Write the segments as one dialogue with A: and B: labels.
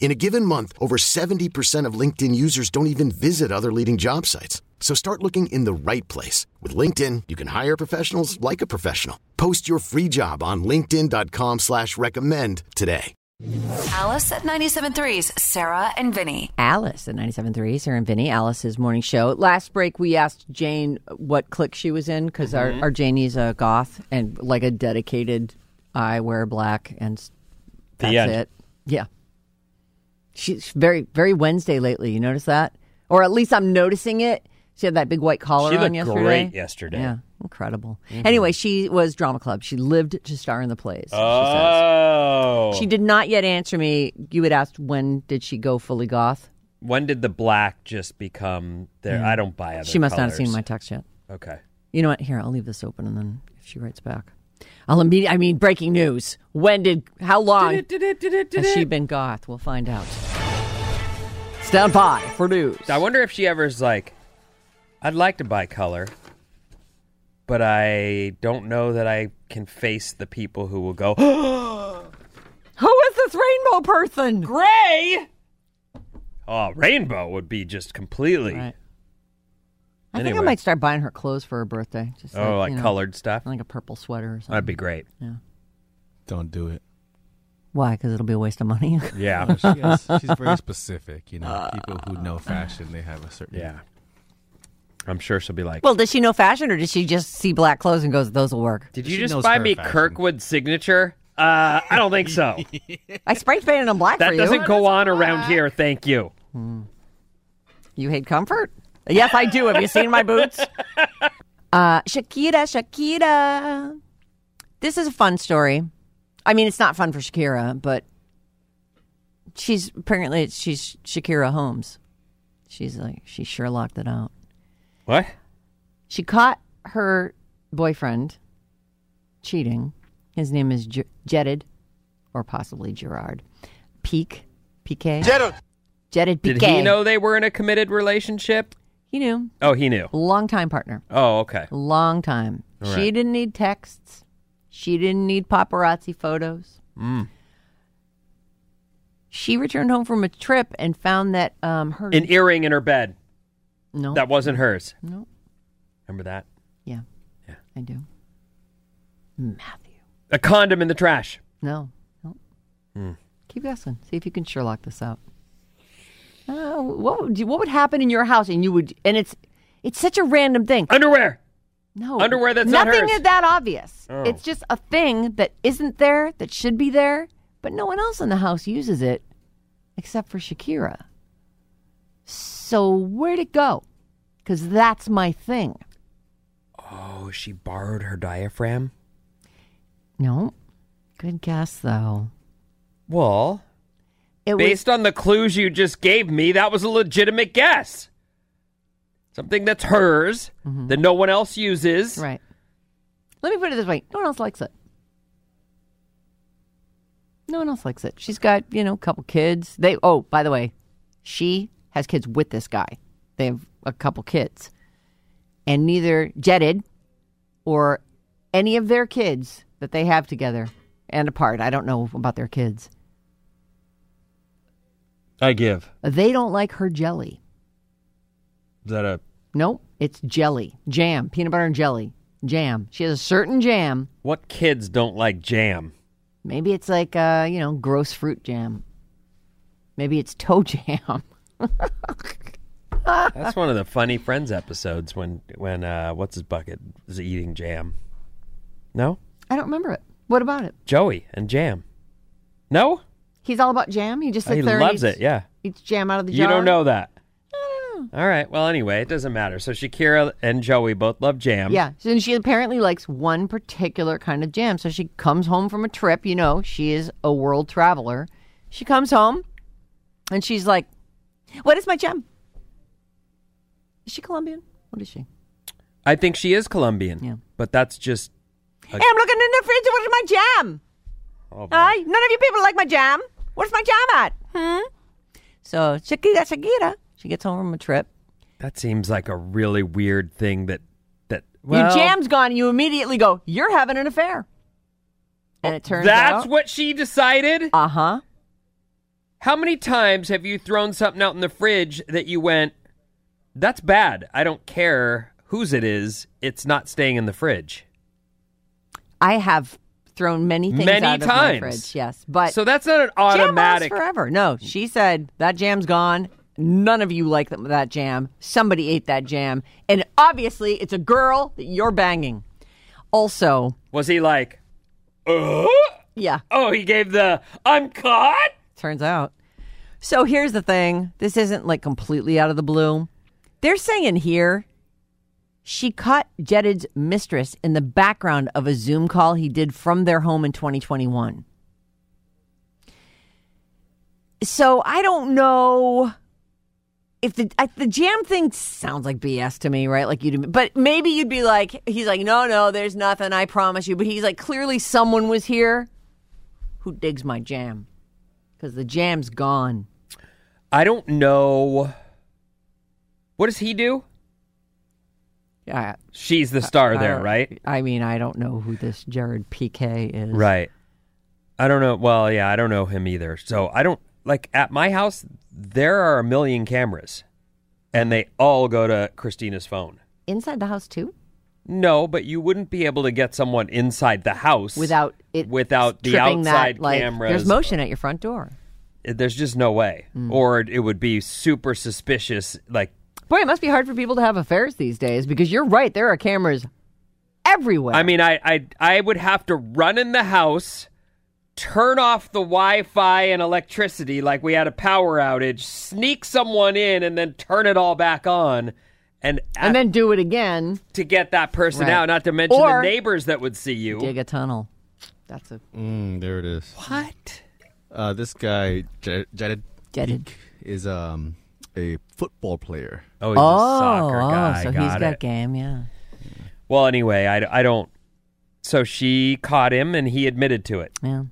A: In a given month, over 70% of LinkedIn users don't even visit other leading job sites. So start looking in the right place. With LinkedIn, you can hire professionals like a professional. Post your free job on linkedin.com slash recommend today.
B: Alice at 97.3's Sarah and Vinny.
C: Alice at 97.3, Sarah and Vinny, Alice's morning show. Last break, we asked Jane what clique she was in because
D: Mm-hmm.
C: our, our Janie's a goth and like a dedicated, I wear black and s- that's
D: end.
C: it. Yeah. She's very, very Wednesday lately. You notice that? Or at least I'm noticing it. She had that big white collar
D: She
C: on
D: looked
C: yesterday.
D: great yesterday. Mm-hmm.
C: Yeah, incredible. Anyway, she was drama club. She lived to star in the plays. she says.
D: Oh.
C: She did not yet answer me. You had asked when did she go fully goth.
D: when did the black just become there? I don't buy other
C: Mm. She must not have
D: colors.
C: seen my text yet.
D: Okay.
C: You know what? Here, I'll leave this open, and then if she writes back, I'll immediately. I mean, breaking news. When did? How long has she been goth? We'll find out. Stand by for news.
D: I wonder if she ever is like, I'd like to buy color, but I don't know that I can face the people who will go,
C: Who is this rainbow person?
D: gray. Oh, rainbow would be just completely.
C: Right. I think I
D: Anyway.
C: might start buying her clothes for her birthday. Just
D: Oh, like
C: you know,
D: colored stuff.
C: like a purple sweater or something.
D: That'd be great.
E: Don't do it.
C: Why? Because it'll be a waste of money.
D: Yeah.
E: She has- she's very specific, you know.
C: Uh,
E: people who know fashion, they have a certain.
D: yeah. I'm sure she'll be like,
C: well, does she know fashion, or does she just see black clothes and goes, "Those will work"?
D: Did you
E: She
D: just
E: knows
D: buy
E: her
D: me
E: fashion.
D: Kirkwood signature? Uh, I don't think so.
C: I spray painted them black
D: That
C: for you.
D: doesn't go on around here. Thank you.
C: You hate comfort? Yes, I do. Have you seen my boots? Uh, Shakira, Shakira. This is a fun story. I mean, it's not fun for Shakira, but she's apparently it's- she's Shakira Holmes. She's like she sure locked it out.
D: What?
C: She caught her boyfriend cheating. His name is J- Jetted, or possibly Gerard. Peak, PK. Jetted. Jetted PK.
D: Did he know they were in a committed relationship?
C: He knew.
D: Oh, he knew.
C: Longtime partner.
D: Oh, okay.
C: Long time.
D: All
C: She
D: right.
C: didn't need texts. She didn't need paparazzi photos.
D: Mm.
C: She returned home from a trip and found that um, her
D: An earring in her bed
C: no
D: that wasn't hers.
C: no
D: Remember that?
C: yeah
D: Yeah.
C: I do Matthew
D: A condom in the trash.
C: no no
D: Mm.
C: keep guessing see if you can Sherlock this out. Uh, what would you, what would happen in your house and you would and it's it's such a random thing.
D: Underwear.
C: No
D: Underwear that's not
C: nothing
D: hers.
C: is that obvious.
D: Oh.
C: It's just a thing that isn't there that should be there, but no one else in the house uses it except for Shakira. So where'd it go? Because that's my thing.
D: Oh, she borrowed her diaphragm?
C: No, good guess though.
D: Well,
C: It was
D: based on the clues you just gave me, that was a legitimate guess. Something that's hers that no one else uses.
C: Mm-hmm. right. Let me put it this way: no one else likes it. No one else likes it. She's got you know a couple kids. They oh by the way, she has kids with this guy. They have a couple kids, and neither Jetted or any of their kids that they have together and apart. I don't know about their kids.
D: I give.
C: They don't like her jelly.
D: Is that a
C: Nope, it's jelly, jam, peanut butter and jelly, jam. She has a certain jam
D: What kids don't like jam?
C: Maybe it's like uh, you know, gross fruit jam. Maybe it's toe jam.
D: That's one of the funny Friends episodes when when uh, what's his bucket is eating jam. No,
C: I don't remember it. What about it?
D: Joey and Jam. No?
C: He's all about jam. He just sits
D: He
C: there. and
D: loves
C: eats-
D: it, yeah.
C: Eats jam out of the
D: You
C: jar.
D: don't know that.
C: I don't know.
D: All right. Well, anyway, it doesn't matter. So Shakira and Joey both love jam.
C: Yeah. So, and she apparently likes one particular kind of jam. So she comes home from a trip. You know, she is a world traveler. She comes home and she's like, What is my jam? Is she Colombian? What is she?
D: I think she is Colombian.
C: Yeah.
D: But that's just.
C: Hey, I'm looking in the fridge. What is my jam?
D: Oh, boy.
C: Aye, none of you people like my jam. Where's my jam at? Hmm? So Shakira, Shakira. She gets home from a trip.
D: that seems like a really weird thing that. that well,
C: Your jam's gone, and you immediately go, You're having an affair. And it turns
D: That's
C: out.
D: what she decided?
C: Uh huh.
D: How many times have you thrown something out in the fridge that you went, that's bad. I don't care whose it is. It's not staying in the fridge.
C: I have thrown many things
D: Many
C: out of my
D: times.
C: fridge. Yes, but
D: so that's not an
C: jam lasts
D: automatic.
C: forever. No, she said that jam's gone. None of you like th- that jam. Somebody ate that jam, and obviously it's a girl that you're banging. Also,
D: Was he like, "Uh?"
C: yeah,
D: oh, he gave the, I'm caught?
C: turns out. So here's the thing: this isn't like completely out of the blue. They're saying here she caught Jedded's mistress in the background of a Zoom call he did from their home in 2021. So I don't know if the I, the jam thing sounds like BS to me, right? Like you, but maybe you'd be like, he's like, no, no, there's nothing, I promise you. But he's like, clearly someone was here who digs my jam because the jam's gone.
D: I don't know. What does he do?
C: Yeah,
D: She's the star
C: I
D: there,
C: don't-
D: right?
C: I mean, I don't know who this Jared PK is.
D: Right. I don't know. Well, yeah, I don't know him either. So I don't, like, at my house, there are a million cameras, and they all go to Christina's phone.
C: Inside the house too,
D: No, but you wouldn't be able to get someone inside the house
C: without it
D: without the
C: tripping
D: outside
C: that, like,
D: cameras.
C: There's motion at your front door.
D: Eh, There's just no way,
C: Mm.
D: or it would be super suspicious. Like,
C: Boy, it must be hard for people to have affairs these days because you're right. There are cameras everywhere.
D: I mean, I, I I would have to run in the house, turn off the Wi-Fi and electricity, like we had a power outage, sneak someone in, and then turn it all back on, and,
C: and then do it again.
D: to get that person
C: Right.
D: out. Not to mention
C: Or-
D: the neighbors that would see you.
C: Dig a tunnel. That's a
E: Mm, there it is.
D: What?
E: Uh, this guy, J- Jared,
C: Jared.
E: Peak is um, a football player.
D: Oh, he's a soccer
C: oh,
D: guy.
C: so he's
D: got
C: got
D: it.
C: game. Yeah.
D: Well, anyway, I, I don't. So she caught him and he admitted to it.
C: Yeah.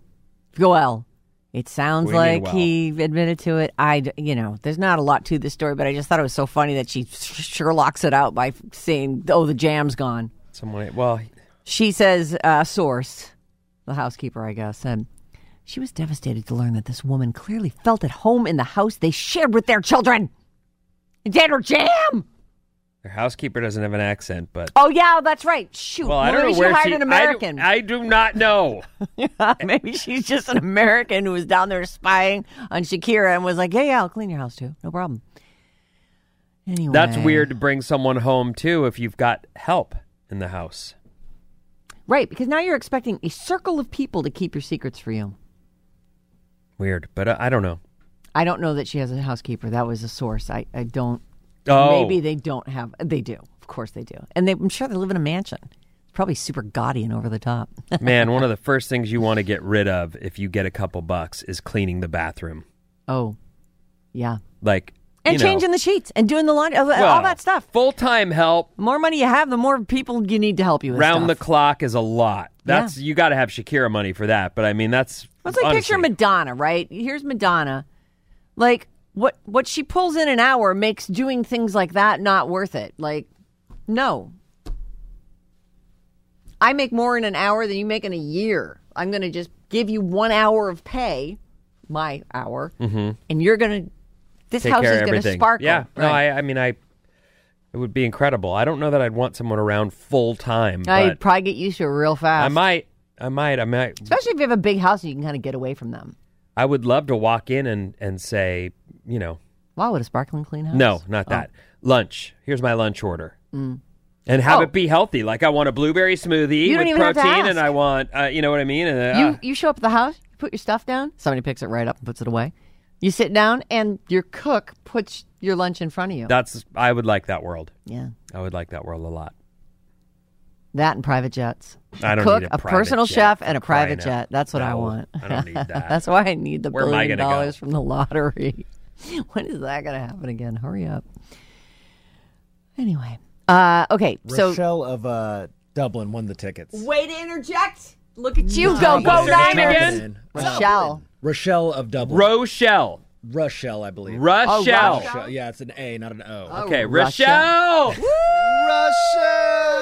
C: Goel. It sounds
D: We need
C: like
D: Well.
C: he admitted to it. I, d- you know, there's not a lot to this story, but I just thought it was so funny that she Sherlock's it out by saying, "Oh, the jam's gone."
D: Someone, well,
C: She says, uh, "Source, the housekeeper, I guess." And she was devastated to learn that this woman clearly felt at home in the house they shared with their children. Is that her jam?
D: their housekeeper doesn't have an accent, but.
C: Oh yeah, that's right. Shoot,
D: Well, I don't
C: maybe
D: know where
C: she hired
D: she,
C: an American.
D: I do, I do not know.
C: Maybe she's just an American who was down there spying on Shakira and was like, "Yeah, yeah, I'll clean your house too, no problem." Anyway,
D: That's weird to bring someone home too if you've got help in the house.
C: right? Because now you're expecting a circle of people to keep your secrets for you.
D: Weird, but I, I don't know.
C: I don't know that she has a housekeeper. That was a source. I, I don't.
D: Oh,
C: Maybe they don't have. They do, of course they do, and they, I'm sure they live in a mansion. It's probably super gaudy and over the top.
D: Oh, man, one of the first things you want to get rid of if you get a couple bucks is cleaning the bathroom,
C: oh, yeah,
D: like
C: and changing the sheets and doing the laundry, all that stuff.
D: Full time help
C: The more money you have, the more people you need to help you. With
D: round
C: stuff.
D: the clock is a lot. That's you got to have Shakira money for that. But I mean, that's
C: Let's like picture
D: honestly-
C: Madonna, right? Here's Madonna. Like what what she pulls in an hour makes doing things like that not worth it. Like no. I make more in an hour than you make in a year. I'm going to just give you 1 hour of pay, my hour, and you're going to this
D: Mm-hmm. take
C: house
D: care
C: is
D: of
C: going to
D: everything.
C: sparkle.
D: Yeah, no,
C: Right.
D: I, I mean, I it would be incredible. I don't know that I'd want someone around full time.
C: I'd
D: but
C: probably get used to it real fast.
D: I might, I might, I might.
C: Especially if you have a big house and you can kind of get away from them.
D: I would love to walk in and and say, you know,
C: Wow, what a sparkling clean house.
D: no, not that lunch. Here's my lunch order. and have
C: Oh.
D: it be healthy. Like I want a blueberry smoothie
C: You don't
D: with
C: even have to
D: protein, and
C: ask.
D: I want, uh, you know what I mean. And, uh,
C: You you show up at the house, you put your stuff down. Somebody picks it right up and puts it away. You sit down, and your cook puts your lunch in front of you.
D: that's I would like that world.
C: yeah,
D: I would like that world a lot.
C: that and private jets.
D: I don't
C: cook
D: need a
C: a
D: private
C: personal
D: jet,
C: chef and a
D: for crying
C: private
D: out.
C: jet. That's what I
D: No,
C: want.
D: I don't need that.
C: That's why I need the
D: Where am I
C: billion
D: gonna go?
C: dollars from the lottery. when is that going to happen again? Hurry up. Anyway, uh, okay. So
F: Rochelle of uh, Dublin won the tickets.
G: Way to interject.
C: look at you go go
D: What's her name
C: Niners.
D: again?
C: Rochelle.
F: Rochelle of Dublin.
D: Rochelle,
F: Rochelle, I
C: Oh,
F: believe.
D: Rochelle.
F: Rochelle. Yeah, it's an A, not an O.
D: Okay,
C: Rochelle.
D: Rochelle.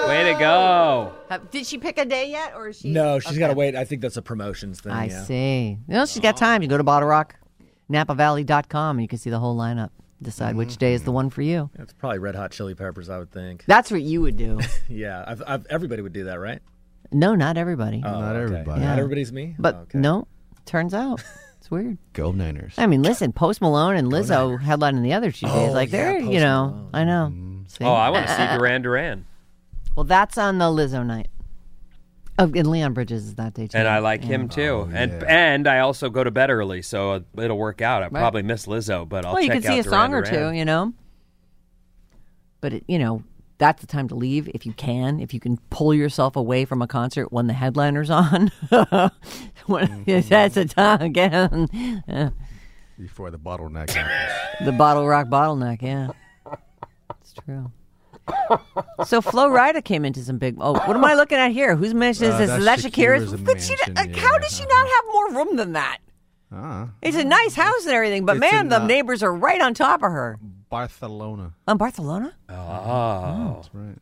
D: Way to go.
C: Have- Did she pick a day yet, or is she?
F: No, she's got to wait. I think that's a promotions thing.
C: I
F: yeah.
C: see. No, she's got time. You go to Bottle Rock, NapaValley.com, and you can see the whole lineup. Decide which day is the one for you.
F: It's probably Red Hot Chili Peppers, I would think.
C: That's what you would do.
F: Yeah, I've, I've, everybody would do that, right?
C: no, not everybody.
H: Oh,
E: Not everybody.
C: Oh, Yeah.
F: Not everybody's me.
C: but
F: okay.
C: no, turns out it's weird.
E: Go Niners.
C: I mean, listen, Post Malone and Lizzo headlining the other two days. Like they're, you know, I know. See?
D: Oh, I want to see Duran Duran,
C: well, that's on the Lizzo night. Oh, and Leon Bridges is that day too.
D: and I like
C: Oh,
D: him too. and and I also go to bed early, so it'll work out. I probably miss Lizzo, but I'll
C: well, you can
D: check
C: see
D: out
C: a
D: Duran
C: song or
D: Duran.
C: two, you know. But it, you know, that's the time to leave if you can. If you can pull yourself away from a concert when the headliner's on, When-
E: Mm-hmm.
C: that's the time again. Yeah.
E: Before the bottleneck happens.
C: The bottle rock bottleneck, yeah. It's true. So Flo Rida came into some big. Oh, what am I looking at here? Who's mentioned
E: Uh,
C: is this?
E: that's
C: Lesha Kira's.
E: Shakira's
C: But she
E: mansion,
C: did- How
E: yeah.
C: does she not have more room than that?
E: ah,
C: It's a nice house and everything, but
E: It's
C: man,
E: in,
C: the
E: uh,
C: neighbors are right on top of her.
E: Barcelona.
C: On Barcelona?
D: Oh.
E: That's right.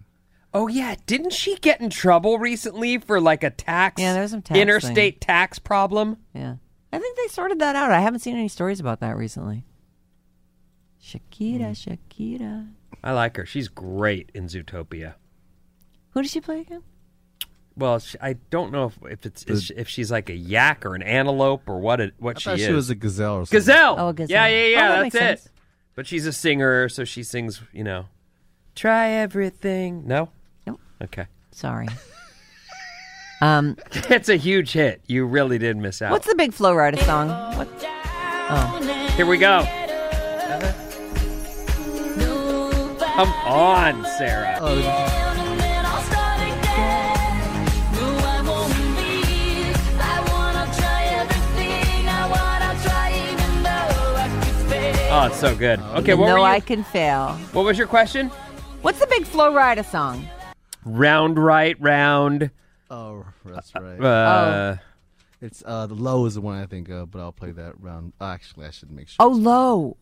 D: Oh yeah, didn't she get in trouble recently for like a tax?
C: Yeah, there was some tax
D: interstate tax problem.
C: Yeah. I think they sorted that out. I haven't seen any stories about that recently. Shakira, Shakira.
D: I like her. She's great in Zootopia.
C: Who does she play again?
D: Well, sh I don't know if, if it's is she- if she's like a yak or an antelope or what it, what
E: I
D: she
E: thought
D: is.
E: she was a gazelle or something.
D: gazelle.
C: Oh, a gazelle.
D: Yeah, yeah,
C: Oh,
D: yeah.
C: that makes
D: that's it.
C: sense.
D: But she's a singer, so she sings. You know, try everything. No.
C: Nope.
D: Okay.
C: Sorry. um,
D: It's a huge hit. You really did miss out.
C: what's the big Flo Rida song? What?
D: Here we go. Come on, Sarah.
E: Oh.
D: Oh, it's so good. Okay, what,
C: no,
D: were you-
C: I can fail.
D: what was your question?
C: What's the big Flo Rida song?
D: Round, right, round.
E: Oh, that's right.
C: Oh.
D: Uh,
E: It's uh the low is the one I think of, but I'll play that round. Actually, I should make sure.
C: Oh, low.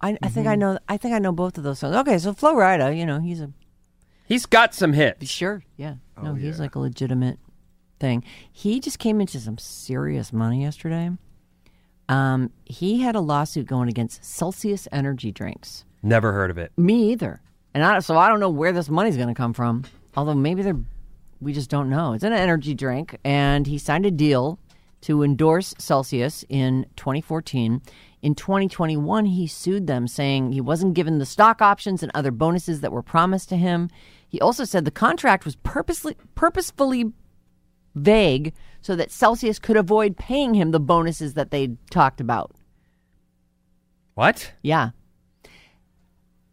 C: I, I think I
D: Mm-hmm.
C: know. I think I know both of those songs. Okay, so Flo Rida, you know, he's a
D: He's got some hits.
C: sure, yeah. No, he's like a legitimate thing. He just came into some serious money yesterday. Um, he had a lawsuit going against Celsius Energy Drinks.
D: Never heard of it.
C: Me either, and I, so I don't know where this money's going to come from. Although maybe they're, we just don't know. It's an energy drink, and he signed a deal to endorse Celsius in 2014. In 2021, he sued them, saying he wasn't given the stock options and other bonuses that were promised to him. He also said the contract was purposely purposefully vague so that Celsius could avoid paying him the bonuses that they talked about.
D: What?
C: Yeah.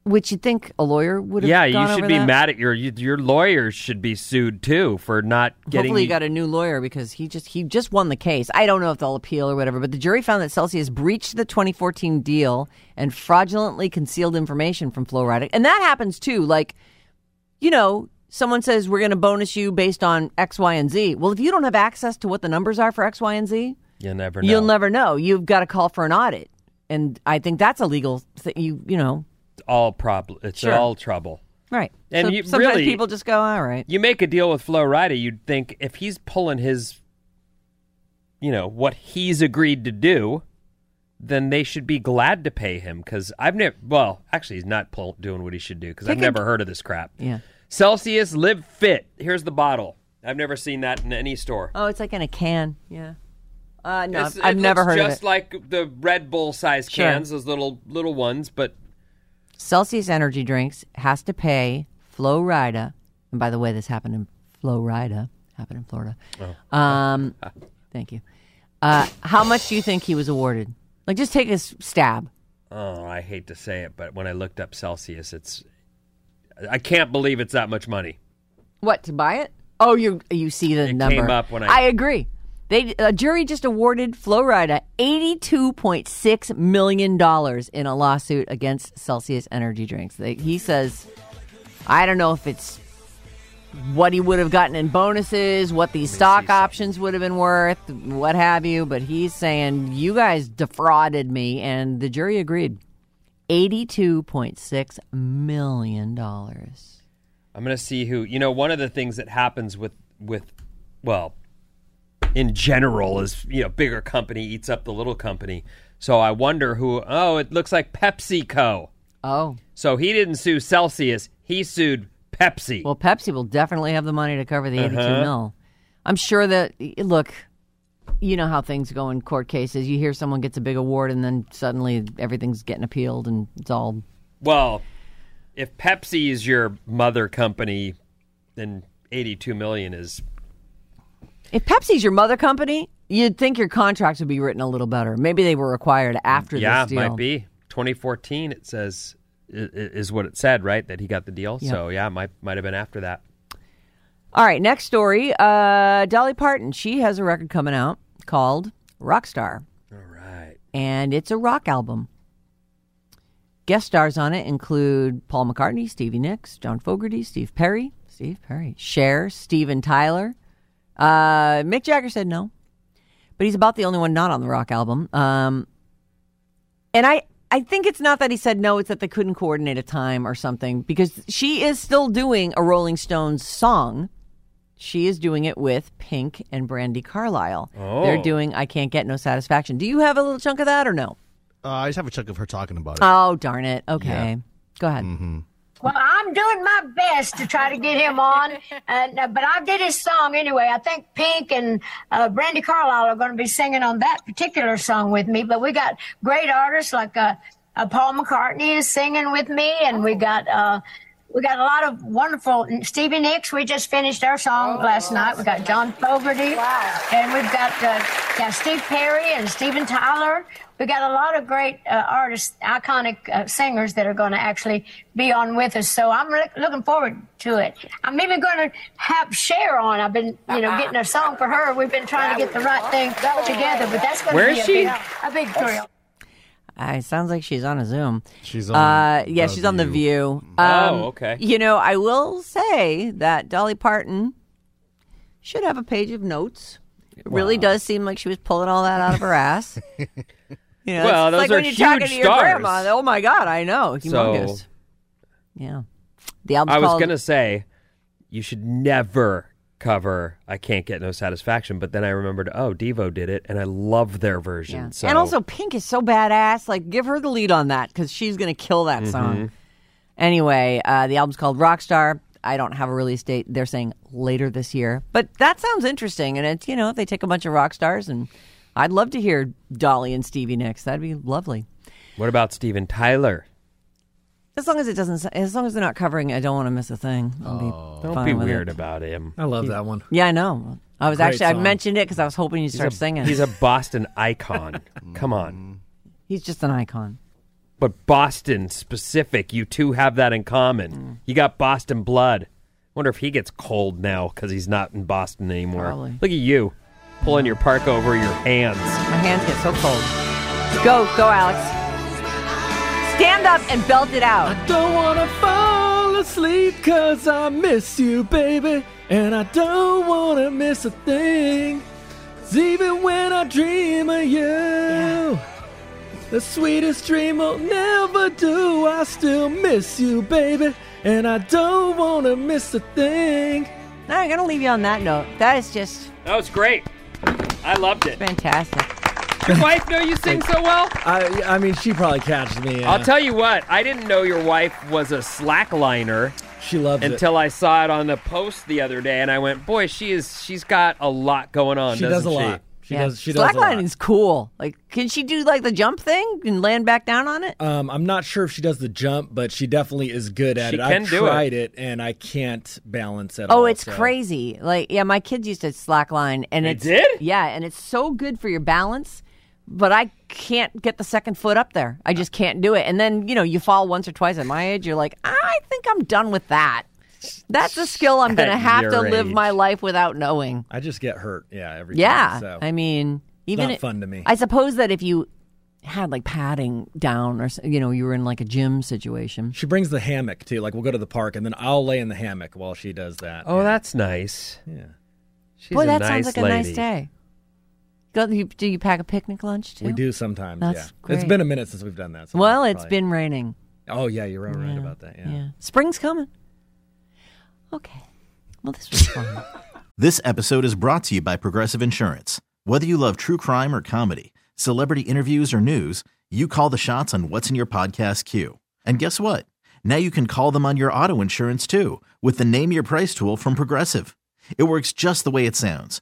C: Which you'd think a lawyer would have.
D: Yeah, you
C: gone
D: should
C: over
D: be
C: that.
D: mad at your you, your lawyers should be sued too for not getting.
C: Hopefully, he
D: you-
C: got a new lawyer because he just he just won the case. I don't know if they'll appeal or whatever, but the jury found that Celsius breached the 2014 deal and fraudulently concealed information from Flo Rida, and that happens too. Like, you know, someone says we're going to bonus you based on X, Y, and Z. Well, if you don't have access to what the numbers are for X, Y, and Z,
D: you never know.
C: you'll never know. You've got to call for an audit, and I think that's a legal thing. You you know,
D: It's all problem. It's
C: Sure.
D: all trouble.
C: right?
D: And
C: so
D: you-
C: sometimes
D: really-
C: people just go, all right.
D: You make a deal with Flo Rida, you'd think if he's pulling his, you know, what he's agreed to do, then they should be glad to pay him. Because I've never. Well, actually, he's not pull, doing what he should do because I've
C: Pick a-
D: never heard of this crap.
C: Yeah.
D: Celsius Live Fit. Here's the bottle. I've never seen that in any store.
C: Oh, it's like in a can. Yeah. Uh, no,
D: It's-
C: I've- I've
D: it
C: never
D: looks
C: heard of
D: just
C: it.
D: like the Red Bull size
C: Sure.
D: cans, those little little ones, but
C: Celsius Energy Drinks has to pay Flo Rida And by the way, this happened in Florida. Happened in Florida.
D: Oh.
C: Um, thank you. Uh, how much do you think he was awarded? Like, just take a s- stab.
D: Oh, I hate to say it, but when I looked up Celsius, it's I can't believe it's that much money.
C: What to buy it? Oh, you you see the
D: It
C: number.
D: came up when I-
C: I agree. They a jury just awarded Florida eighty two point six million dollars in a lawsuit against Celsius Energy Drinks. They, he says, I don't know if it's what he would have gotten in bonuses, what these stock options would have been worth, what have you. But he's saying you guys defrauded me, and the jury agreed. Eighty-two point six million dollars.
D: I'm going to see who. You know, one of the things that happens with with well, in general is, you know, bigger company eats up the little company. So I wonder who Oh, it looks like PepsiCo.
C: Oh,
D: So he didn't sue Celsius, he sued Pepsi.
C: Well, Pepsi will definitely have the money to cover the
D: Uh-huh.
C: 82 mil. I'm sure that, y- look, you know how things go in court cases. You hear someone gets a big award and then suddenly everything's getting appealed and it's all.
D: well, if Pepsi is your mother company, then 82 million is
C: If Pepsi's your mother company, you'd think your contracts would be written a little better. Maybe they were acquired after
D: yeah,
C: this deal.
D: might be 2014. It says i- i- is what it said, right? That he got the deal. So yeah, might might have been after that.
C: All right, next story. Uh, Dolly Parton, she has a record coming out called Rockstar.
D: All right.
C: and it's a rock album. Guest stars on it include Paul McCartney, Stevie Nicks, John Fogerty, Steve Perry, Steve Perry, Cher, Steven Tyler. Uh, Mick Jagger said no, but he's about the only one not on the rock album. Um, and I, I think it's not that he said no; it's that they couldn't coordinate a time or something because she is still doing a Rolling Stones song. She is doing it with Pink and Brandy Carlisle. They're
D: Oh.
C: doing "I Can't Get No Satisfaction." Do you have a little chunk of that or no?
E: Uh, I just have a chunk of her talking about it.
C: Oh darn it! Okay, go ahead.
D: Mm-hmm.
G: Well, I'm doing my best to try to get him on, and, uh, but I did his song anyway. I think Pink and uh, Brandy Carlisle are going to be singing on that particular song with me. But we got great artists like uh, uh, Paul McCartney is singing with me, and we got. Uh, we got a lot of wonderful Stevie Nicks. We just finished our
D: Oh,
G: song last night. We got John Fogerty, and we've got uh, yeah, Steve Perry and Steven Tyler. We got a lot of great uh, artists, iconic uh, singers that are going to actually be on with us. So I'm look looking forward to it. I'm even going to have Cher on. I've been, you know, getting a song for her. We've been trying to get the right thing together, but that's going
D: Where
G: to be
D: is
G: a
D: she?
G: big, a big thrill.
C: Uh, it sounds like she's on a Zoom.
E: She's on
C: Uh, yeah,
E: The
C: she's on the View. Um,
D: Oh, okay.
C: You know, I will say that Dolly Parton should have a page of notes. It really does seem like she was pulling all that out of her ass. you know,
D: Well,
C: it's
D: those
C: like
D: are
C: when you're talking
D: huge
C: to your
D: stars.
C: grandma. Oh my God, I know, humongous.
D: So-
C: yeah, the album's
D: I was
C: called
D: gonna say you should never cover "I Can't Get No Satisfaction," but then I remembered, oh, Devo did it, and I love their version.
C: Yeah.
D: So
C: And also, Pink is so badass. Like, give her the lead on that because she's going to kill that song. Anyway, uh, the album's called Rockstar. I don't have a release date. They're saying later this year. But that sounds interesting. And it's, you know, if they take a bunch of rock stars, and I'd love to hear Dolly and Stevie Nicks. That'd be lovely.
D: what about Steven Tyler?
C: As long as it doesn't, as long as they're not covering I Don't Want to Miss a Thing. I'll be
D: Don't
C: fine
D: be
C: with it.
D: weird about him.
F: I love that one.
C: Yeah, I know. I was
F: Great
C: actually, I
F: song.
C: mentioned it because I was hoping you'd start
D: He's a-
C: singing.
D: He's a Boston icon. Come on.
C: He's just an icon.
D: But Boston specific, you two have that in common. You got Boston blood. Wonder if he gets cold now because he's not in Boston anymore.
C: Probably.
D: Look at you pulling your park over your hands.
C: My hands get so cold. Go, go, Alex. Stand up and belt it out.
E: Don't wanna fall asleep cause I miss you, baby. And I don't wanna miss a thing. 'Cause even when I dream of you, the sweetest dream will never do. I still miss you, baby. And I don't wanna miss a thing.
C: No, I'm going to leave you on that note. That is just
D: That was great. I loved it.
C: fantastic.
D: Your wife know you sing so well?
F: I, I mean, she probably catches me. yeah.
D: I'll tell you what, I didn't know your wife was a slackliner
F: She loves it.
D: until I saw it on the post the other day and I went, Boy, she is she's got a lot going on,
F: she
D: doesn't
F: does a lot. She does. She does. a lot.
C: Slacklining is cool. Like, can she do like the jump thing and land back down on it?
F: Um, I'm not sure if she does the jump, but she definitely is good at
D: She
F: it.
D: can
F: I've
D: do it.
F: tried it. and I can't balance at all.
C: Oh, it's
F: so-
C: crazy. Like, yeah, my kids used to slackline, and
D: They
C: it's
D: did?
C: yeah, and it's so good for your balance. But I can't get the second foot up there. I just can't do it. And then you know, you fall once or twice at my age. You're like, I think I'm done with that. That's a skill I'm going to
D: At
C: have to
D: your
C: live
D: age.
C: my life without knowing.
F: I just get hurt. Yeah, every
C: Yeah,
F: time. So.
C: I mean, even
F: not
C: it-
F: fun to me.
C: I suppose that if you had like padding down, or s- you know, you were in like a gym situation.
F: she brings the hammock too. Like we'll go to the park, and then I'll lay in the hammock while she does that.
D: Oh, that's nice.
F: yeah.
D: She's
C: Boy,
D: a
C: that sounds
D: nice
C: like
D: lady.
C: a nice day. Go, you, do you pack a picnic lunch too?
F: we do sometimes.
C: That's
F: yeah, it's
C: great.
F: been a minute since we've done that. so
C: Well,
F: that's
C: it's
F: probably-
C: been raining.
F: Oh yeah, you're right right about that.
C: Yeah.
F: Yeah.
C: spring's coming. Okay. Well, this was fun.
I: This episode is brought to you by Progressive Insurance. Whether you love true crime or comedy, celebrity interviews or news, you call the shots on what's in your podcast queue. And guess what? Now you can call them on your auto insurance too with the Name Your Price tool from Progressive. It works just the way it sounds.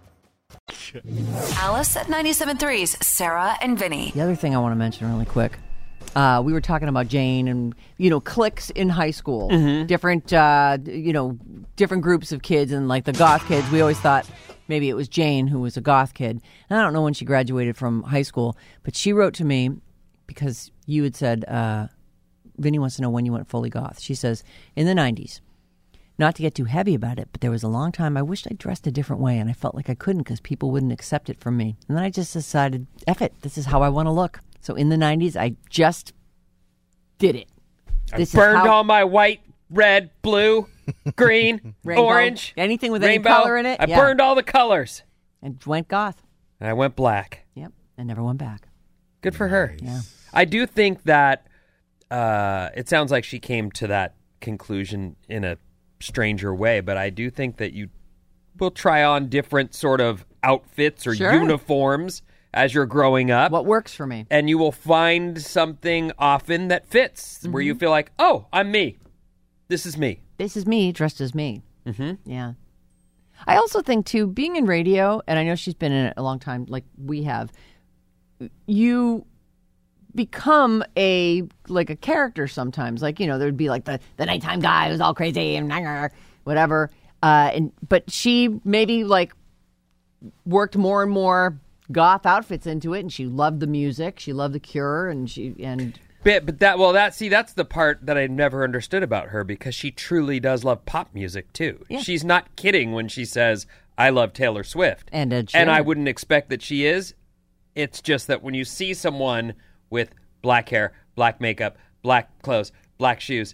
B: Alice at 97.3's Sarah and Vinny.
C: the other thing I want to mention really quick. Uh, we were talking about Jane and you know cliques in high school,
F: Mm-hmm.
C: different uh, you know different groups of kids and like the goth kids. We always thought maybe it was Jane who was a goth kid. And I don't know when she graduated from high school, but she wrote to me because you had said uh, Vinny wants to know when you went fully goth. She says in the '90s. Not to get too heavy about it, but there was a long time I wished I dressed a different way and I felt like I couldn't because people wouldn't accept it from me. And then I just decided, F it, this is how I want to look. So in the 90s, I just did it. This is
D: Burned
C: how-
D: all my white, red, blue, green,
C: Rainbow.
D: orange,
C: Anything with any
D: rainbow.
C: color in it,
D: I
C: yeah.
D: burned all the colors,
C: and went goth.
D: and I went black.
C: Yep. And never went back.
D: Good for her. Yeah. I do think that uh, it sounds like she came to that conclusion in a stranger way, but I do think that you will try on different sort of outfits or
C: Sure.
D: uniforms as you're growing up.
C: What works for me?
D: and you will find something often that fits where
C: Mm-hmm.
D: you feel like, oh, I'm me. This is me.
C: This is me dressed as me. Mm-hmm. Yeah. I also think, too, being in radio, and I know she's been in it a long time, like we have, you become a like a character sometimes. Like you know, there'd be like the the nighttime guy who's all crazy and whatever. Uh, and but she maybe like worked more and more goth outfits into it, and she loved the music. She loved the Cure, and she and
D: But, but that, well, that, see, that's the part that I never understood about her because she truly does love pop music too. She's not kidding when she says, I love Taylor Swift.
C: And Ed
D: And I
C: Sheeran.
D: wouldn't expect that she is. It's just that when you see someone with black hair, black makeup, black clothes, black shoes,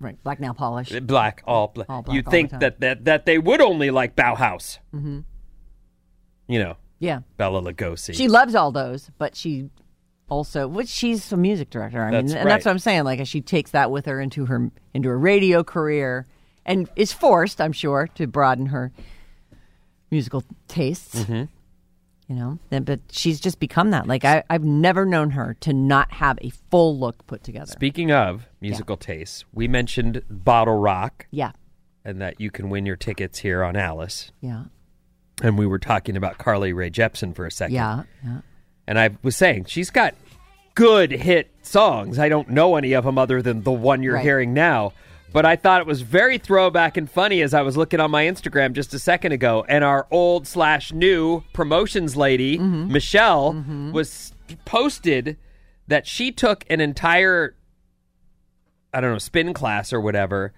C: right black nail polish.
D: black, all, bla-
C: All black
D: you
C: all
D: think
C: the time.
D: that, that, that they would only like Bauhaus. Mm-hmm. You know,
C: Yeah,
D: Bella Lugosi.
C: she loves all those, but she also which she's a music director. I mean,
D: That's
C: and that's
D: right.
C: what I'm saying. Like she takes that with her into her into her radio career, and is forced, I'm sure, to broaden her musical tastes.
D: Mm-hmm.
C: You know, then but she's just become that. Like I, I've never known her to not have a full look put together.
D: Speaking of musical tastes, we mentioned Bottle Rock
C: yeah,
D: and that you can win your tickets here on Alice.
C: yeah.
D: and we were talking about Carly Rae Jepsen for a second.
C: Yeah, yeah.
D: And I was saying she's got good hit songs. I don't know any of them other than the one you're
C: Right.
D: hearing now. But I thought it was very throwback and funny as I was looking on my Instagram just a second ago, and our old slash new promotions lady
C: Mm-hmm.
D: Michelle was posted that she took an entire I don't know spin class or whatever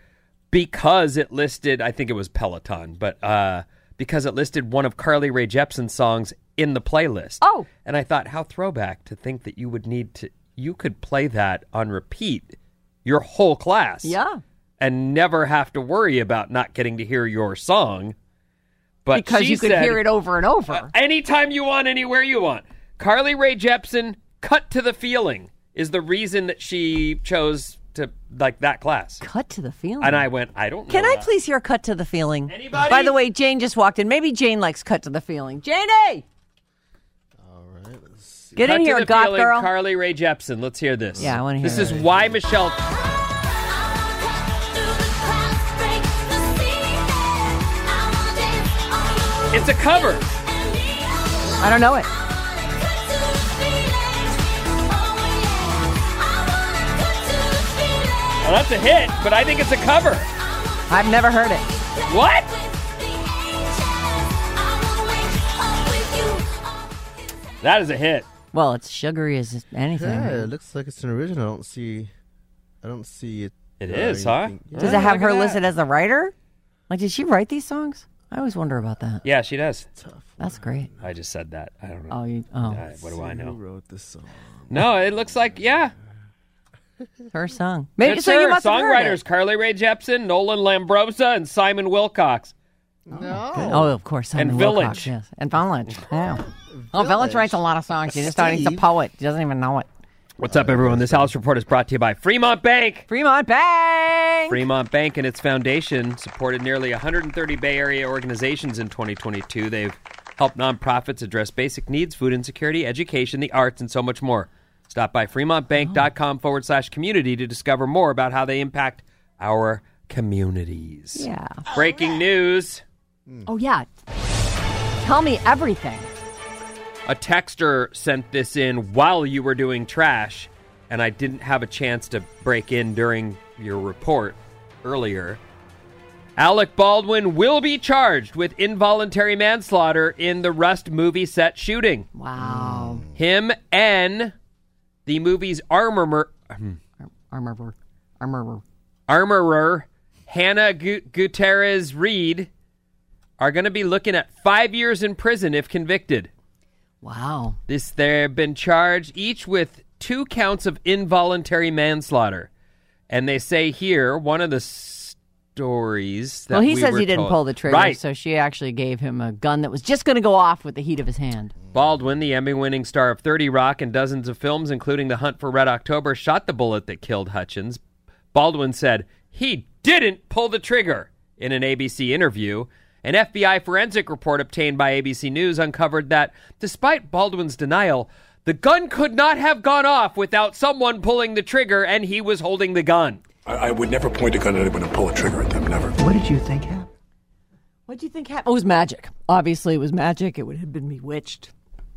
D: because it listed I think it was Peloton, but uh, because it listed one of Carly Rae Jepsen's songs in the playlist.
C: Oh.
D: and I thought how throwback to think that you would need to you could play that on repeat your whole class.
C: Yeah.
D: and never have to worry about not getting to hear your song. But
C: because
D: she
C: you could
D: said, Uh,
C: hear it over and over.
D: anytime you want, anywhere you want. Carly Rae Jepsen, "Cut to the Feeling" is the reason that she chose to like that class.
C: cut to the feeling.
D: And I went, I don't.
C: Can
D: know
C: I
D: that.
C: please hear "Cut to the Feeling"?
D: Anybody?
C: By the way, Jane just walked in. Maybe Jane likes "Cut to the Feeling." Janie, get
D: Cut
C: in
D: to
C: here,
D: the
C: goth
D: feeling,
C: girl.
D: Carly Rae Jepsen. Let's hear this.
C: Yeah, I wanna hear
D: This is
C: it.
D: why Michelle. It's a cover.
C: I don't know it.
D: Well, that's a hit, but I think it's a cover.
C: I've never heard it.
D: What? That is a hit.
C: Well, it's sugary as anything.
H: Yeah, it looks like it's an original. I don't see. I don't see it.
D: It
H: uh,
D: is, huh?
H: anything- Yeah.
C: Does it have her listed as the writer? Like, did she write these songs? I always wonder about that.
D: Yeah, she does.
C: That's great.
D: I just said that. I don't know.
C: Oh, you, oh,
D: Uh, what do I
H: Who
D: know?
H: wrote this song?
D: No, it looks like yeah.
C: it's her song. Maybe
D: it's
C: so.
D: her.
C: You must have heard
D: Songwriters
C: it.
D: Carly Rae Jepsen, Nolan Lambrosa, and Simon Wilcox.
C: Oh, of course. Simon
D: And
C: Wilcox,
D: Village.
C: yes. and Village. Yeah. Oh, Village writes a lot of songs. He just thought he's a
H: Steve.
C: poet. He doesn't even know it.
D: What's up, everyone? This Alice Report is brought to you by Fremont Bank.
C: Fremont Bank.
D: Fremont Bank and its foundation supported nearly 130 Bay Area organizations in 2022. They've helped nonprofits address basic needs, food insecurity, education, the arts, and so much more. Stop by fremontbank.com forward slash community to discover more about how they impact our communities.
C: Yeah.
D: Breaking news
C: Oh yeah. Tell me everything.
D: a texter sent this in while you were doing trash, and I didn't have a chance to break in during your report earlier. Alec Baldwin will be charged with involuntary manslaughter in the Rust movie set shooting.
C: Wow.
D: Him and the movie's armorer,
C: Armorer. Armorer.
D: armorer Hannah Gu- Gutierrez Reed are going to be looking at five years in prison if convicted.
C: Wow.
D: This they've been charged each with two counts of involuntary manslaughter, and they say here one of the stories. That
C: well, he
D: we
C: says
D: were
C: he didn't
D: told-
C: pull the trigger,
D: Right,
C: so she actually gave him a gun that was just going to go off with the heat of his hand.
D: Baldwin, the Emmy-winning star of Thirty Rock and dozens of films, including The Hunt for Red October, shot the bullet that killed Hutchins. Baldwin said he didn't pull the trigger in an ABC interview. An FBI forensic report obtained by ABC News uncovered that, despite Baldwin's denial, the gun could not have gone off without someone pulling the trigger, and he was holding the gun.
J: I, I would never point a gun at anyone and pull a trigger at them, never.
C: What do you think happened? Oh, It was magic. Obviously, it was magic. It would have been bewitched.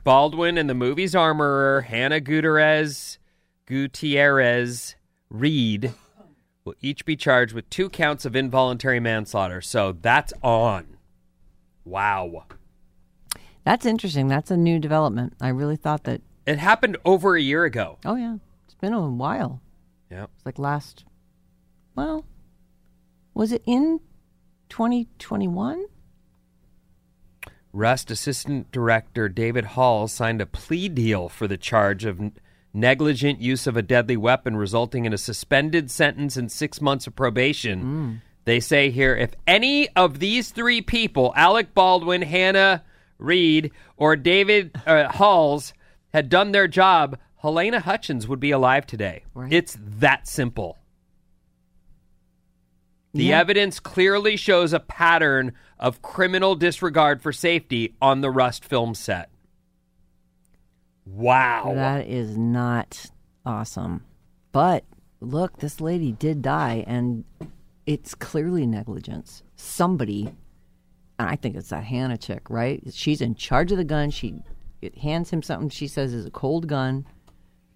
D: Baldwin and the movie's armorer, Hannah Gutierrez, Gutierrez Reed, will each be charged with two counts of involuntary manslaughter. So that's on. Wow.
C: That's interesting. That's a new development. I really thought that.
D: It happened over a year ago.
C: Oh yeah, it's been a while.
D: Yep.
C: It's like last. Well, was it in 2021?
D: Rust assistant director David Hall signed a plea deal for the charge of n- negligent use of a deadly weapon, resulting in a suspended sentence and six months of probation. They say here if any of these three people, Alec Baldwin, Hannah Reed, or David uh, Halls, had done their job, Helena Hutchins would be alive today.
C: Right.
D: It's that simple. The evidence clearly shows a pattern of criminal disregard for safety on the Rust film set. Wow.
C: That is not awesome. But look, this lady did die, and it's clearly negligence. Somebody and I think it's that Hannah chick, right? She's in charge of the gun. She it hands him something she says is a cold gun,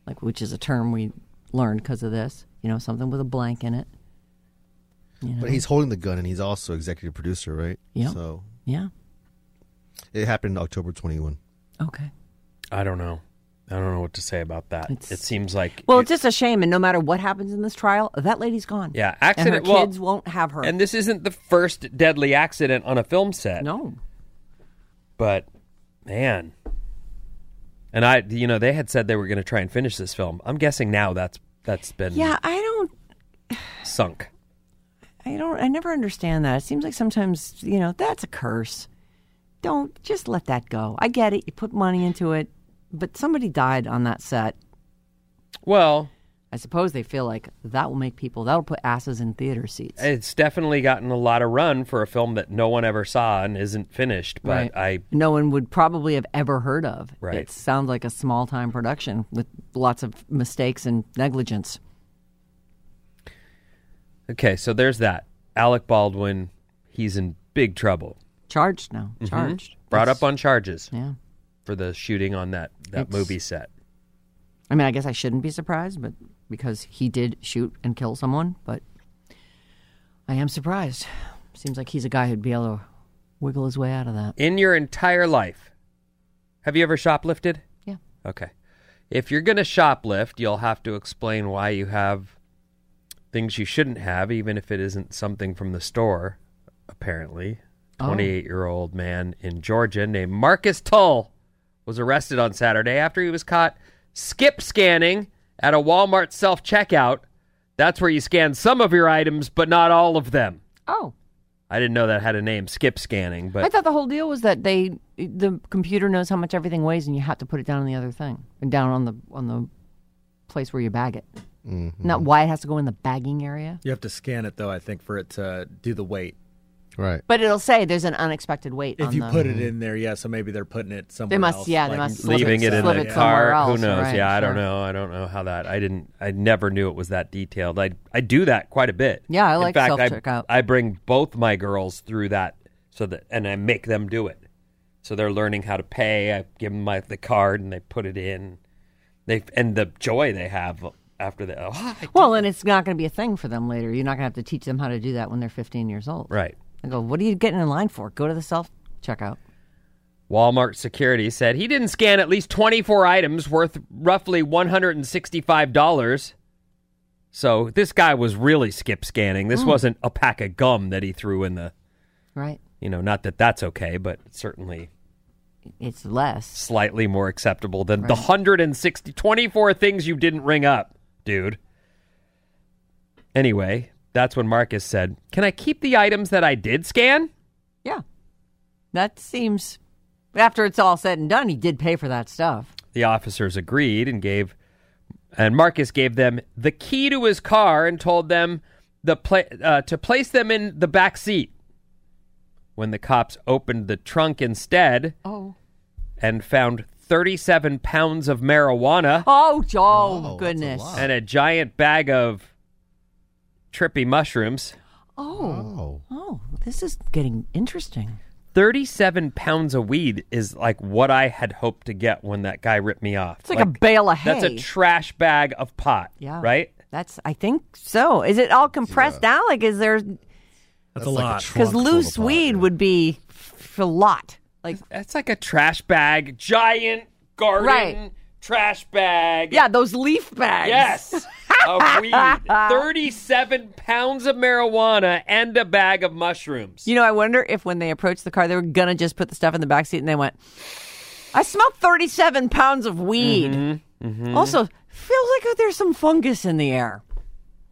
C: like which is a term we learned because of this. You know, something with a blank in it. You know?
H: But he's holding the gun, and he's also executive producer, right?
C: Yeah.
H: So
C: yeah.
H: It happened October twenty one.
C: Okay.
D: I don't know. I don't know what to say about that. it seems like
C: Well, it's just a shame, and no matter what happens in this trial, that lady's gone.
D: yeah,
C: and
D: accident.
C: her
D: well,
C: kids won't have her.
D: And this isn't the first deadly accident on a film set.
C: No.
D: But man. And I you know, they had said they were going to try and finish this film. I'm guessing now that's that's been
C: yeah, I don't
D: sunk.
C: I don't. I never understand that. It seems like sometimes you know that's a curse. Don't just let that go. I get it. You put money into it, but somebody died on that set.
D: Well,
C: I suppose they feel like that will make people that'll put asses in theater seats.
D: It's definitely gotten a lot of run for a film that no one ever saw and isn't finished, but I
C: no one would probably have ever heard of.
D: Right.
C: It sounds like a small time production with lots of mistakes and negligence.
D: Okay, so there's that. Alec Baldwin, he's in big trouble.
C: Charged now.
D: Mhm.
C: Charged.
D: Brought
C: That's-
D: up on charges.
C: Yeah.
D: For the shooting on that that
C: It's-
D: movie set.
C: I mean, I guess I shouldn't be surprised, but because he did shoot and kill someone, but I am surprised. Seems like he's a guy who'd be able to wiggle his way out of that.
D: In your entire life, have you ever shoplifted?
C: Yeah.
D: Okay. If you're going to shoplift, you'll have to explain why you have things you shouldn't have, even if it isn't something from the store, apparently.
K: Oh.
D: 28 year old man in Georgia named Marcus Tull was arrested on Saturday after he was caught skip scanning at a Walmart self checkout. That's where you scan some of your items, but not all of them.
C: Oh,
D: I didn't know that had a name, skip scanning, but
C: I thought the whole deal was that they the computer knows how much everything weighs, and you have to put it down on the other thing and down on the on the place where you bag it.
F: Mm-hmm.
C: Not why it has to go in the bagging area,
F: You have to scan it though, I think, for it to do the weight.
H: Right.
C: but it'll say there's an unexpected weight.
F: If
C: on
F: you
C: the-
F: put it in there, yeah. So maybe they're putting it somewhere.
C: must-
F: else,
C: yeah, they
F: like,
C: must slip
D: leaving it in
C: slip
D: the
C: it somewhere
D: car.
C: else,
D: Who knows?
C: right,
D: yeah, I don't
C: sure.
D: know. I don't know how that. I didn't. I never knew it was that detailed. I I do that quite a bit.
C: Yeah, I like
D: in fact, I-
C: self-checkout.
D: I, bring both my girls through that so that, and I make them do it. So they're learning how to pay. I give them my the card, and they put it in. They and the joy they have after that. Oh,
C: Well, and it's not going to be a thing for them later. You're not going to have to teach them how to do that when they're 15 years old.
D: Right.
C: I go, what are you getting in line for? Go to the self checkout.
D: Walmart security said he didn't scan at least 24 items worth roughly $165. So this guy was really skip scanning. This
C: Mm.
D: wasn't a pack of gum that he threw in the,
C: Right.
D: you know, not that that's okay, but certainly
C: it's less
D: slightly more acceptable than the
C: Right.
D: 160 24 things you didn't ring up, dude. Anyway, that's when Marcus said, "Can I keep the items that I did scan?"
C: Yeah. That seems, after it's all said and done, he did pay for that stuff.
D: The officers agreed and gave, and Marcus gave them the key to his car and told them the pla- uh, to place them in the back seat. When the cops opened the trunk instead
C: Oh.
D: and found 37 pounds of marijuana
C: Oh, Joe, goodness.
D: and a giant bag of trippy mushrooms,
C: Oh. Oh, this is getting interesting.
D: 37 pounds of weed is like what I had hoped to get when that guy ripped me off.
C: It's like a bale of
D: That's a
C: hay.
D: trash bag of pot.
C: Yeah.
D: Right?
C: That's, I think so. Is it all compressed down? Like, is there. That's,
D: a like a lot. trunk
C: Because
D: full of
C: loose
D: pot,
C: weed would be f- a lot. Like,
D: that's like a trash bag, giant garden
C: Right.
D: trash bag.
C: Yeah, those leaf bags.
D: Yes. of weed. 37 pounds of marijuana and a bag of mushrooms.
C: You know, I wonder if when they approached the car, they were gonna just put the stuff in the back seat, and they went, "I smell thirty-seven pounds of weed." Also, feels like there's some fungus in the air.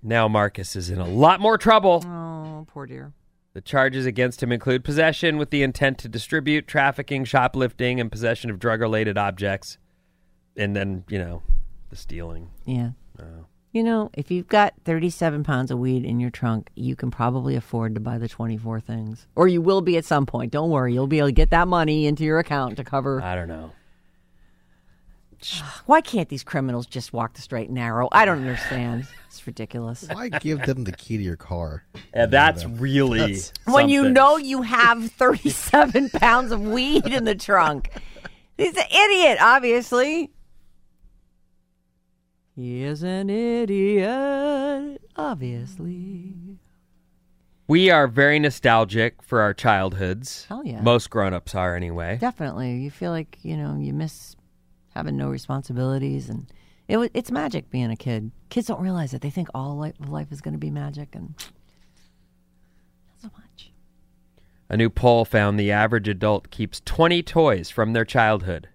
D: Now Marcus is in a lot more trouble.
C: Oh, poor dear.
D: The charges against him include possession with the intent to distribute, trafficking, shoplifting, and possession of drug related objects. And then, you know, the stealing.
C: Yeah.
D: Oh.
C: You know, if you've got thirty-seven pounds of weed in your trunk, you can probably afford to buy the twenty-four things, or you will be at
D: Ah.
C: some point. Don't worry, you'll be able to get that money into your account to cover.
D: I don't know.
C: Why can't these criminals just walk the straight and narrow? I don't understand. It's ridiculous.
H: Why give them the key to your car?
D: Yeah, that's really
C: when you
D: something.
C: know you have 37 pounds of weed in the trunk. He's an idiot, obviously. He is an idiot, obviously.
D: We are very nostalgic for our childhoods.
C: Hell yeah.
D: Most grown-ups are anyway.
C: Definitely. You feel like, you know, you miss having no responsibilities and it was it's magic being a kid. Kids don't realize it. They think all life, life is going to be magic and
D: A new poll found the average adult keeps 20 toys from their childhood.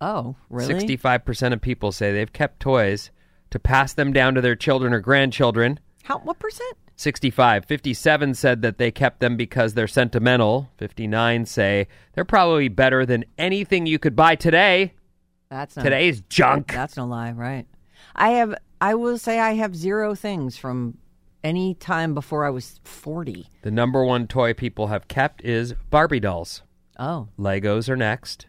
C: oh, really?
D: 65% of people say they've kept toys to pass them down to their children or grandchildren.
C: How what percent?
D: 65. 57 said that they kept them because they're sentimental. 59 say they're probably better than anything you could buy today.
C: That's not,
D: Today's junk.
C: That's no lie, right? I have. I will say I have zero things from any time before I was forty.
D: The number one toy people have kept is Barbie dolls.
C: Oh,
D: Legos are next,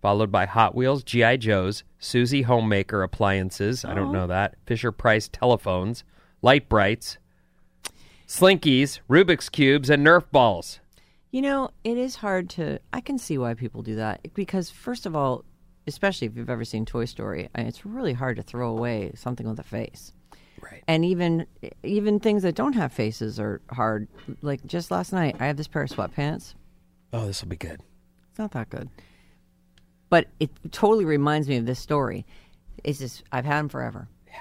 D: followed by Hot Wheels, G.I. Joe's, Susie Homemaker appliances. I don't know that. Fisher Price telephones, Light Brights, Slinkies, Rubik's Cubes, and Nerf balls.
C: you know it is hard to. I can see why people do that because first of all, especially if you've ever seen Toy Story, I- it's really hard to throw away something with a face. Right. And even even things that don't have faces are hard. Like just last night, I have this pair of sweatpants.
D: Oh, this will be good.
C: It's not that good. But it totally reminds me of this story. It's just I've had them forever. Yeah.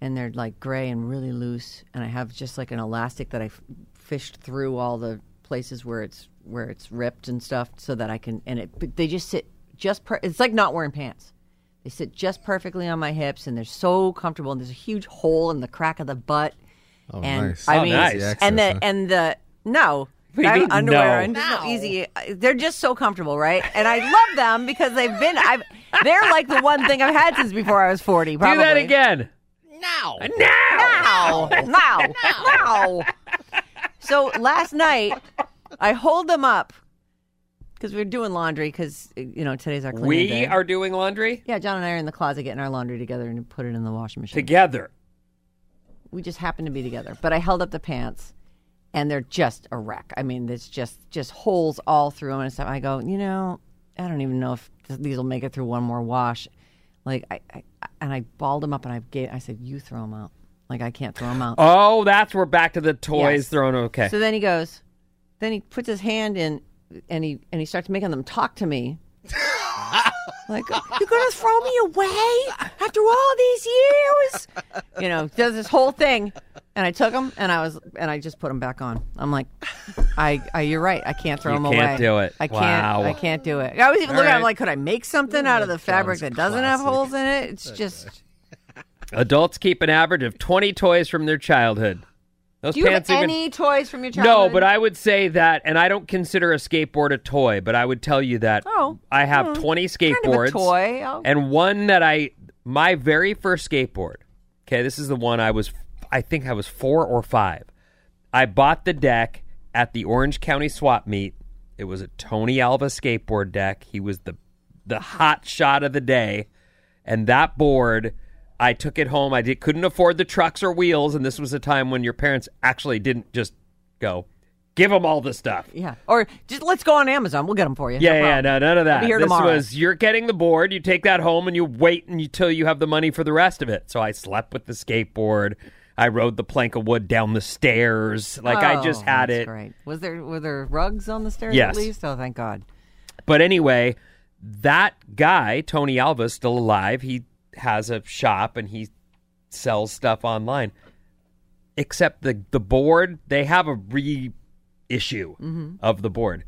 C: And they're like gray and really loose, and I have just like an elastic that I f- fished through all the places where it's where it's ripped and stuff, so that I can. And it but they just sit just. Per- it's like not wearing pants. They sit just perfectly on my hips, and they're so comfortable. And there's a huge hole in the crack of the butt.
H: Oh,
C: and
H: nice.
C: I
H: Oh,
C: mean,
H: nice.
C: and the
H: Access, huh?
C: and the no.
D: What do you
C: I have
D: mean,
C: underwear
D: no?
C: and just no easy. uh, They're just so comfortable, right? And I love them because they've been. I've. They're like the one thing I've had since before I was forty. Probably.
D: Do that again.
C: Now.
D: Now.
C: Now. Now. Now. So last night, I hold them up because we were doing laundry because you know today's our cleaning
D: We
C: day.
D: are doing laundry
C: Yeah, John and I are in the closet getting our laundry together and put it in the washing machine.
D: together.
C: we just happened to be together. But I held up the pants, and they're just a wreck. I mean, there's just just holes all through them and stuff. I go, you know, I don't even know if th- these will make it through one more wash. Like I, I and I balled them up, and I gave. I said, you throw them out. Like I can't throw them out.
D: Oh, that's we're back to the toys
C: Yes.
D: thrown. Okay.
C: So then he goes, then he puts his hand in, and he and he starts making them talk to me. like you're gonna throw me away after all these years, you know? Does this whole thing, and I took them and I was and I just put them back on. I'm like, I, I you're right. I can't throw
D: You
C: them away.
D: can't do it.
C: I can't.
D: Wow.
C: I can't do it. I was even
D: All
C: looking at
D: right.
C: him like, could I make something out of the fabric that doesn't have holes in it? It's just.
D: Adults keep an average of 20 toys from their childhood. Those
C: Do you have
D: pants even-
C: any toys from your
D: No,
C: childhood?
D: but I would say that, and I don't consider a skateboard a toy, but I would tell you that
C: Oh,
D: I have
C: hmm.
D: 20
C: Kind of a
D: skateboards.
C: toy. Oh.
D: And one that I, my very first skateboard, okay, this is the one I was, I think I was four or five. I bought the deck at the Orange County swap meet. It was a Tony Alva skateboard deck. He was the, the hot shot of the day. And that board, I took it home. I did, couldn't afford the trucks or wheels. And this was a time when your parents actually didn't just go, give them all the stuff.
C: Yeah. Or just let's go on Amazon. We'll get them for you.
D: Yeah,
C: no
D: yeah,
C: problem.
D: no, none of that.
C: I'll be here
D: this
C: tomorrow.
D: was you're getting the board, you take that home, and you wait until you have the money for the rest of it. So I slept with the skateboard. I rode the plank of wood down the stairs. Like I just
C: Oh,
D: had
C: that's
D: it.
C: Great. Was there were there rugs on the stairs at
D: Yes.
C: least? Oh, thank God.
D: But anyway, that guy, Tony Alva, still alive. He has a shop and he sells stuff online. Except the the board, they have a reissue
C: Mm-hmm.
D: of the board.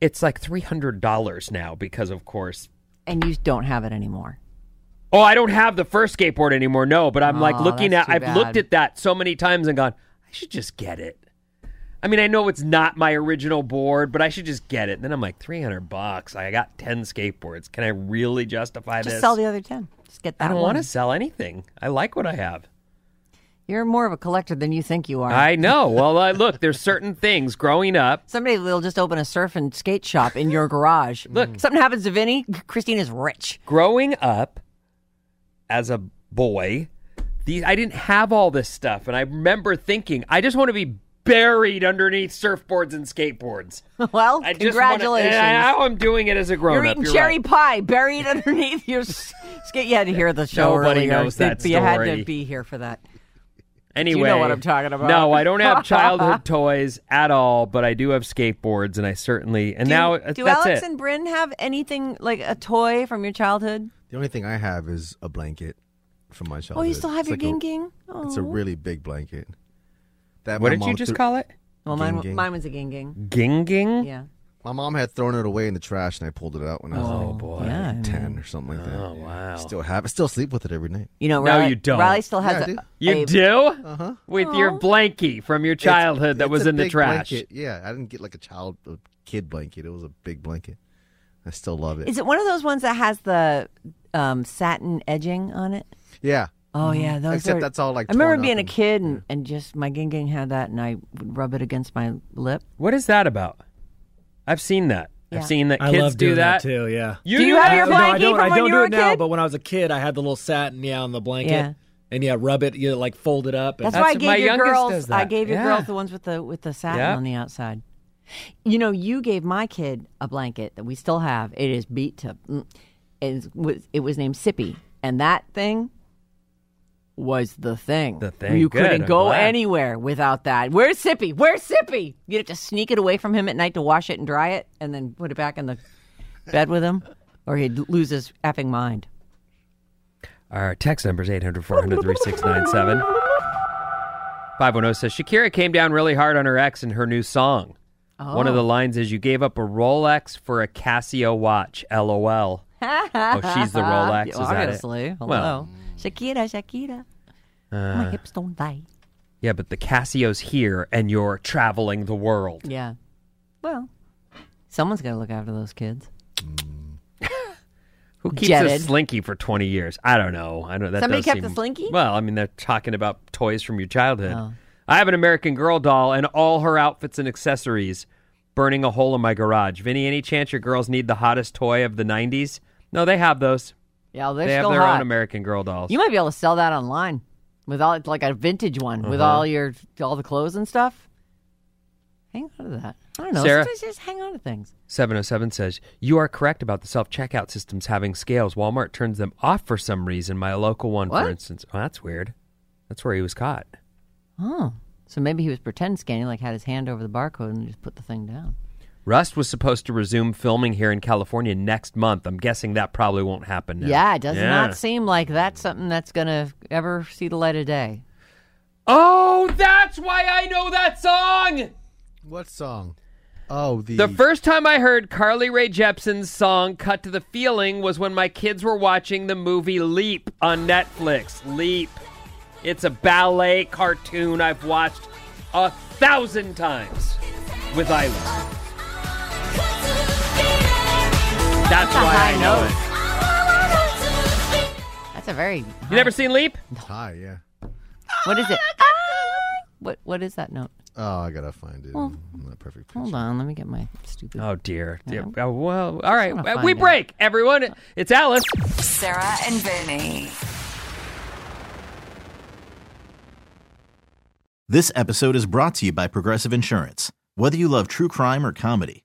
D: It's like three hundred dollars now because, of course,
C: And you don't have it anymore.
D: Oh, I don't have the first skateboard anymore. No, but I'm like
C: Oh,
D: looking
C: that's
D: at.
C: too
D: I've
C: bad.
D: looked at that so many times and gone. I should just get it. I mean, I know it's not my original board, but I should just get it. And then I'm like, 300 bucks. I got 10 skateboards. Can I really justify
C: Just
D: this?
C: sell the other ten. Just get that.
D: I don't
C: one.
D: want to sell anything. I like what I have.
C: You're more of a collector than you think you are.
D: I know. Well, I, look, there's certain things growing up.
C: Somebody will just open a surf and skate shop in your garage. Look, something happens to Vinny, Christine is rich.
D: Growing up as a boy, the, I didn't have all this stuff. And I remember thinking, I just want to be buried underneath surfboards and skateboards.
C: Well,
D: I just wanna-
C: congratulations.
D: and I- now I'm doing it as a grown
C: You're
D: up.
C: eating cherry pie buried underneath your s- skate. You had to hear the show
D: Nobody
C: earlier.
D: knows that
C: You had
D: story.
C: to be here for that.
D: Anyway,
C: what I'm talking about.
D: No, I don't have childhood toys at all, but I do have skateboards, and I certainly and now uh,
C: Do
D: that's
C: Alex
D: it.
C: and Bryn have anything like a toy from your childhood?
H: The only thing I have is a blanket from my childhood.
C: Oh, you still have
H: It's
C: your
H: like
C: ging
H: a-
C: ging?
H: It's a
C: Aw.
H: really big blanket. That
D: What
H: my
D: did you
H: mom
D: just
H: threw-
D: call it?
C: Well, mine,
H: Ging ging.
C: mine was a ging ging.
D: Ging ging.
C: Yeah.
H: My mom had thrown it away in the trash, and I pulled it out when I was
D: Oh,
H: like
D: boy.
H: like
D: Yeah, I
H: ten or something like that. Oh
D: wow!
H: Still have, I still sleep with it every night.
C: You know,
D: No,
C: Riley,
D: you don't.
C: Riley still
H: Yeah, I
C: has
H: do.
C: a.
D: You
C: a-
D: do
C: Uh-huh.
D: with your blankie from your childhood that
H: It's
D: was
H: a
D: in the
H: big
D: trash.
H: blanket. Yeah, I didn't get like a child, a kid blanket. It was a big blanket. I still love it.
C: Is it one of those ones that has the um, satin edging on it?
H: Yeah.
C: Oh
D: Mm-hmm.
C: yeah, those
H: Except
C: are-
H: that's all like.
C: I remember
H: torn up
C: being a
H: and-
C: kid and, and just my ging ging had that and I would rub it against my lip.
D: What is that about? I've seen that.
C: Yeah.
D: I've seen that
F: I
D: kids
F: love
D: do
F: doing that.
D: that.
F: too. Yeah.
D: You
C: Do you
D: do
C: have
D: that?
C: your
F: no, I
C: blankie
F: don't.
C: from
F: I
C: when
F: don't
C: you
F: do
C: were
F: it
C: a
F: now.
C: kid?
F: But when I was a kid, I had the little satin yeah on the blanket,
C: Yeah.
F: and yeah, rub it. You like fold it up. And
C: That's, why I
D: That's- my
C: gave your
D: youngest
C: girls.
D: does
C: I
D: that.
C: gave your
D: Yeah.
C: girls the ones with the with the satin
D: Yeah.
C: on the outside. You know, you gave my kid a blanket that we still have. It is beat to. mm, It was, it was named Sippy, and that thing was the thing.
D: The thing.
C: You
D: Good,
C: couldn't
D: I'm
C: go
D: glad.
C: anywhere without that. Where's Sippy? Where's Sippy? You'd have to sneak it away from him at night to wash it and dry it, and then put it back in the bed with him, or he'd lose his effing mind.
D: Our text number is 800 400 3697. 510 says Shakira came down really hard on her ex in her new song. One
C: Oh.
D: of the lines is, You gave up a Rolex for a Casio watch, lol. oh, she's the Rolex. Is that it?
C: Ah, Obviously. Hello.
D: Well, uh,
C: Shakira, Shakira. My hips don't lie.
D: yeah, but the Casio's here and you're traveling the world.
C: Yeah. Well, someone's got to look after those kids.
D: Who keeps a
C: Jetted.
D: slinky for 20 years? I don't know. I don't. That
C: Somebody
D: does
C: kept a
D: seem-
C: Slinky? Oh.
D: Well, I mean, they're talking about toys from your childhood. I have an American Girl doll and all her outfits and accessories burning a hole in my garage. Vinny, any chance your girls need the hottest toy of the 90s? No, they have those.
C: Yeah, they're
D: they have
C: still
D: their
C: hot.
D: own American Girl dolls.
C: you might be able to sell that online with all like a vintage one with
D: Uh-huh.
C: all your all the clothes and stuff. Hang on to that. I don't know.
D: Sarah?
C: Sometimes you just hang on to things.
D: 707 says, You are correct about the self checkout systems having scales. Walmart turns them off for some reason. My local one,
C: What?
D: for instance. Oh, that's weird. That's where he was caught.
C: Oh, so maybe he was pretend scanning, like had his hand over the barcode and just put the thing down.
D: Rust was supposed to resume filming here in California next month. I'm guessing that probably won't happen now.
C: Yeah, it does
D: Yeah.
C: not seem like that's something that's gonna ever see the light of day.
D: Oh, that's why I know that song.
H: What song? Oh, the,
D: The first time I heard Carly Rae Jepsen's song Cut to the Feeling was when my kids were watching the movie Leap on Netflix. Leap. It's a ballet cartoon I've watched a thousand times with Isla. That's why I know it.
C: That's a very.
D: You never seen Leap?
H: Hi, yeah.
C: What is it? What What is that note?
H: Oh, I gotta find it. I'm not perfect.
C: Hold on, let me get my stupid.
D: Oh dear. Yeah, oh, well, all right.
C: wanna
D: Uh, We
C: find out.
D: break, everyone. It's Alice.
B: Sarah and Vinny.
I: This episode is brought to you by Progressive Insurance. Whether you love true crime or comedy,